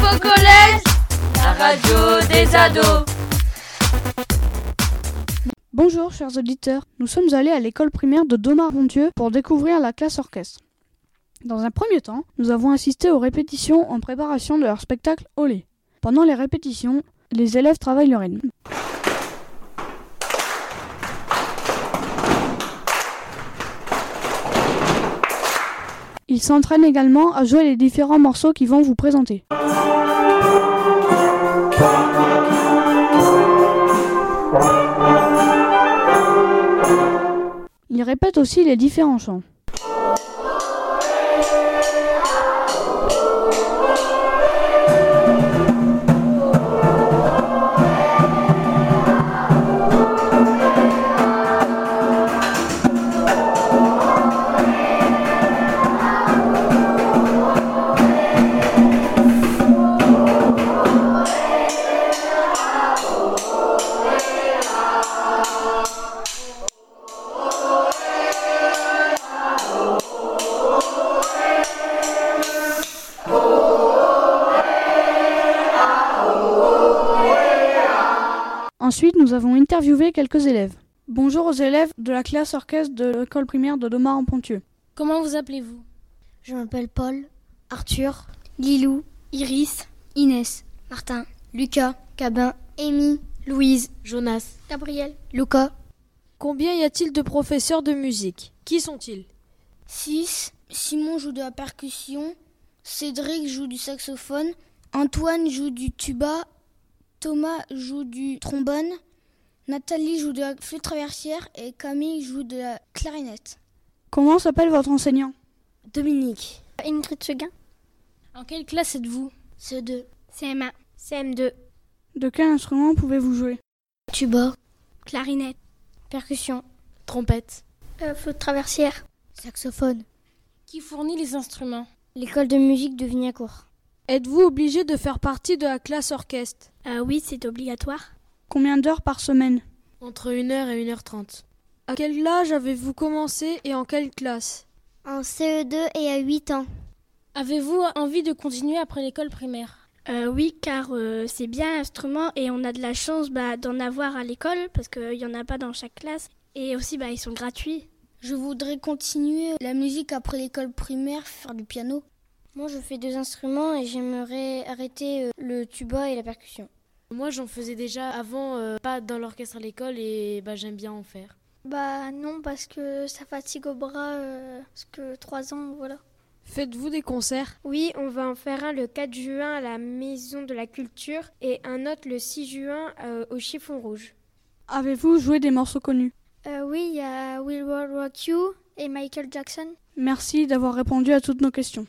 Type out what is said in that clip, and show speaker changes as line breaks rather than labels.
au collège, la radio des ados.
Bonjour chers auditeurs, nous sommes allés à l'école primaire de Domar-Montieu pour découvrir la classe orchestre. Dans un premier temps, nous avons assisté aux répétitions en préparation de leur spectacle Olé. Pendant les répétitions, les élèves travaillent le rythme. Ils s'entraînent également à jouer les différents morceaux qu'ils vont vous présenter. Ils répètent aussi les différents chants. Ensuite, nous avons interviewé quelques élèves. Bonjour aux élèves de la classe orchestre de l'école primaire de Domar en Pontieu.
Comment vous appelez-vous
Je m'appelle Paul, Arthur, Lilou, Iris, Inès, Martin, Lucas, Cabin, Amy, Louise,
Jonas.
Gabriel, Lucas,
Combien y a-t-il de professeurs de musique Qui sont-ils
6. Simon joue de la percussion. Cédric joue du saxophone. Antoine joue du tuba. Thomas joue du trombone. Nathalie joue de la flûte traversière et Camille joue de la clarinette.
Comment s'appelle votre enseignant
Dominique, Ingrid Seguin,
En quelle classe êtes-vous
CE2, CM1, CM2,
De quel instrument pouvez-vous jouer
tuba, clarinette, percussion,
Trompette.
Euh,
flûte traversière, saxophone.
Qui fournit les instruments
L'école de musique de Vignacourt.
Êtes-vous obligé de faire partie de la classe orchestre
Euh,
oui, c'est obligatoire.
Combien d'heures par semaine
Entre 1h et 1h30.
À quel âge avez-vous commencé et en quelle classe
En
E
CE2 et à 8 ans.
Avez-vous envie de continuer après l'école primaire
Euh, oui, car euh, c'est bien un instrument et on a de la chance bah, d'en avoir à l'école parce qu'il n'y en a pas dans chaque classe. Et aussi, bah, ils sont gratuits.
Je voudrais continuer la musique après l'école primaire, faire du piano. Moi, je fais deux instruments et j'aimerais arrêter euh, le tuba et la percussion.
Moi, j'en faisais déjà avant, euh, pas dans l'orchestre à l'école, et bah, j'aime bien en faire.
Bah non, parce que ça fatigue au bras, euh, parce que 3 ans, voilà.
Faites-vous des concerts
Oui, on va en faire un le 4 juin à la Maison de la Culture et un autre le 6 juin euh, au Chiffon Rouge.
Avez-vous joué des morceaux connus
Euh,
oui, il y a Will Rock You et Michael Jackson.
Merci d'avoir répondu à toutes nos questions.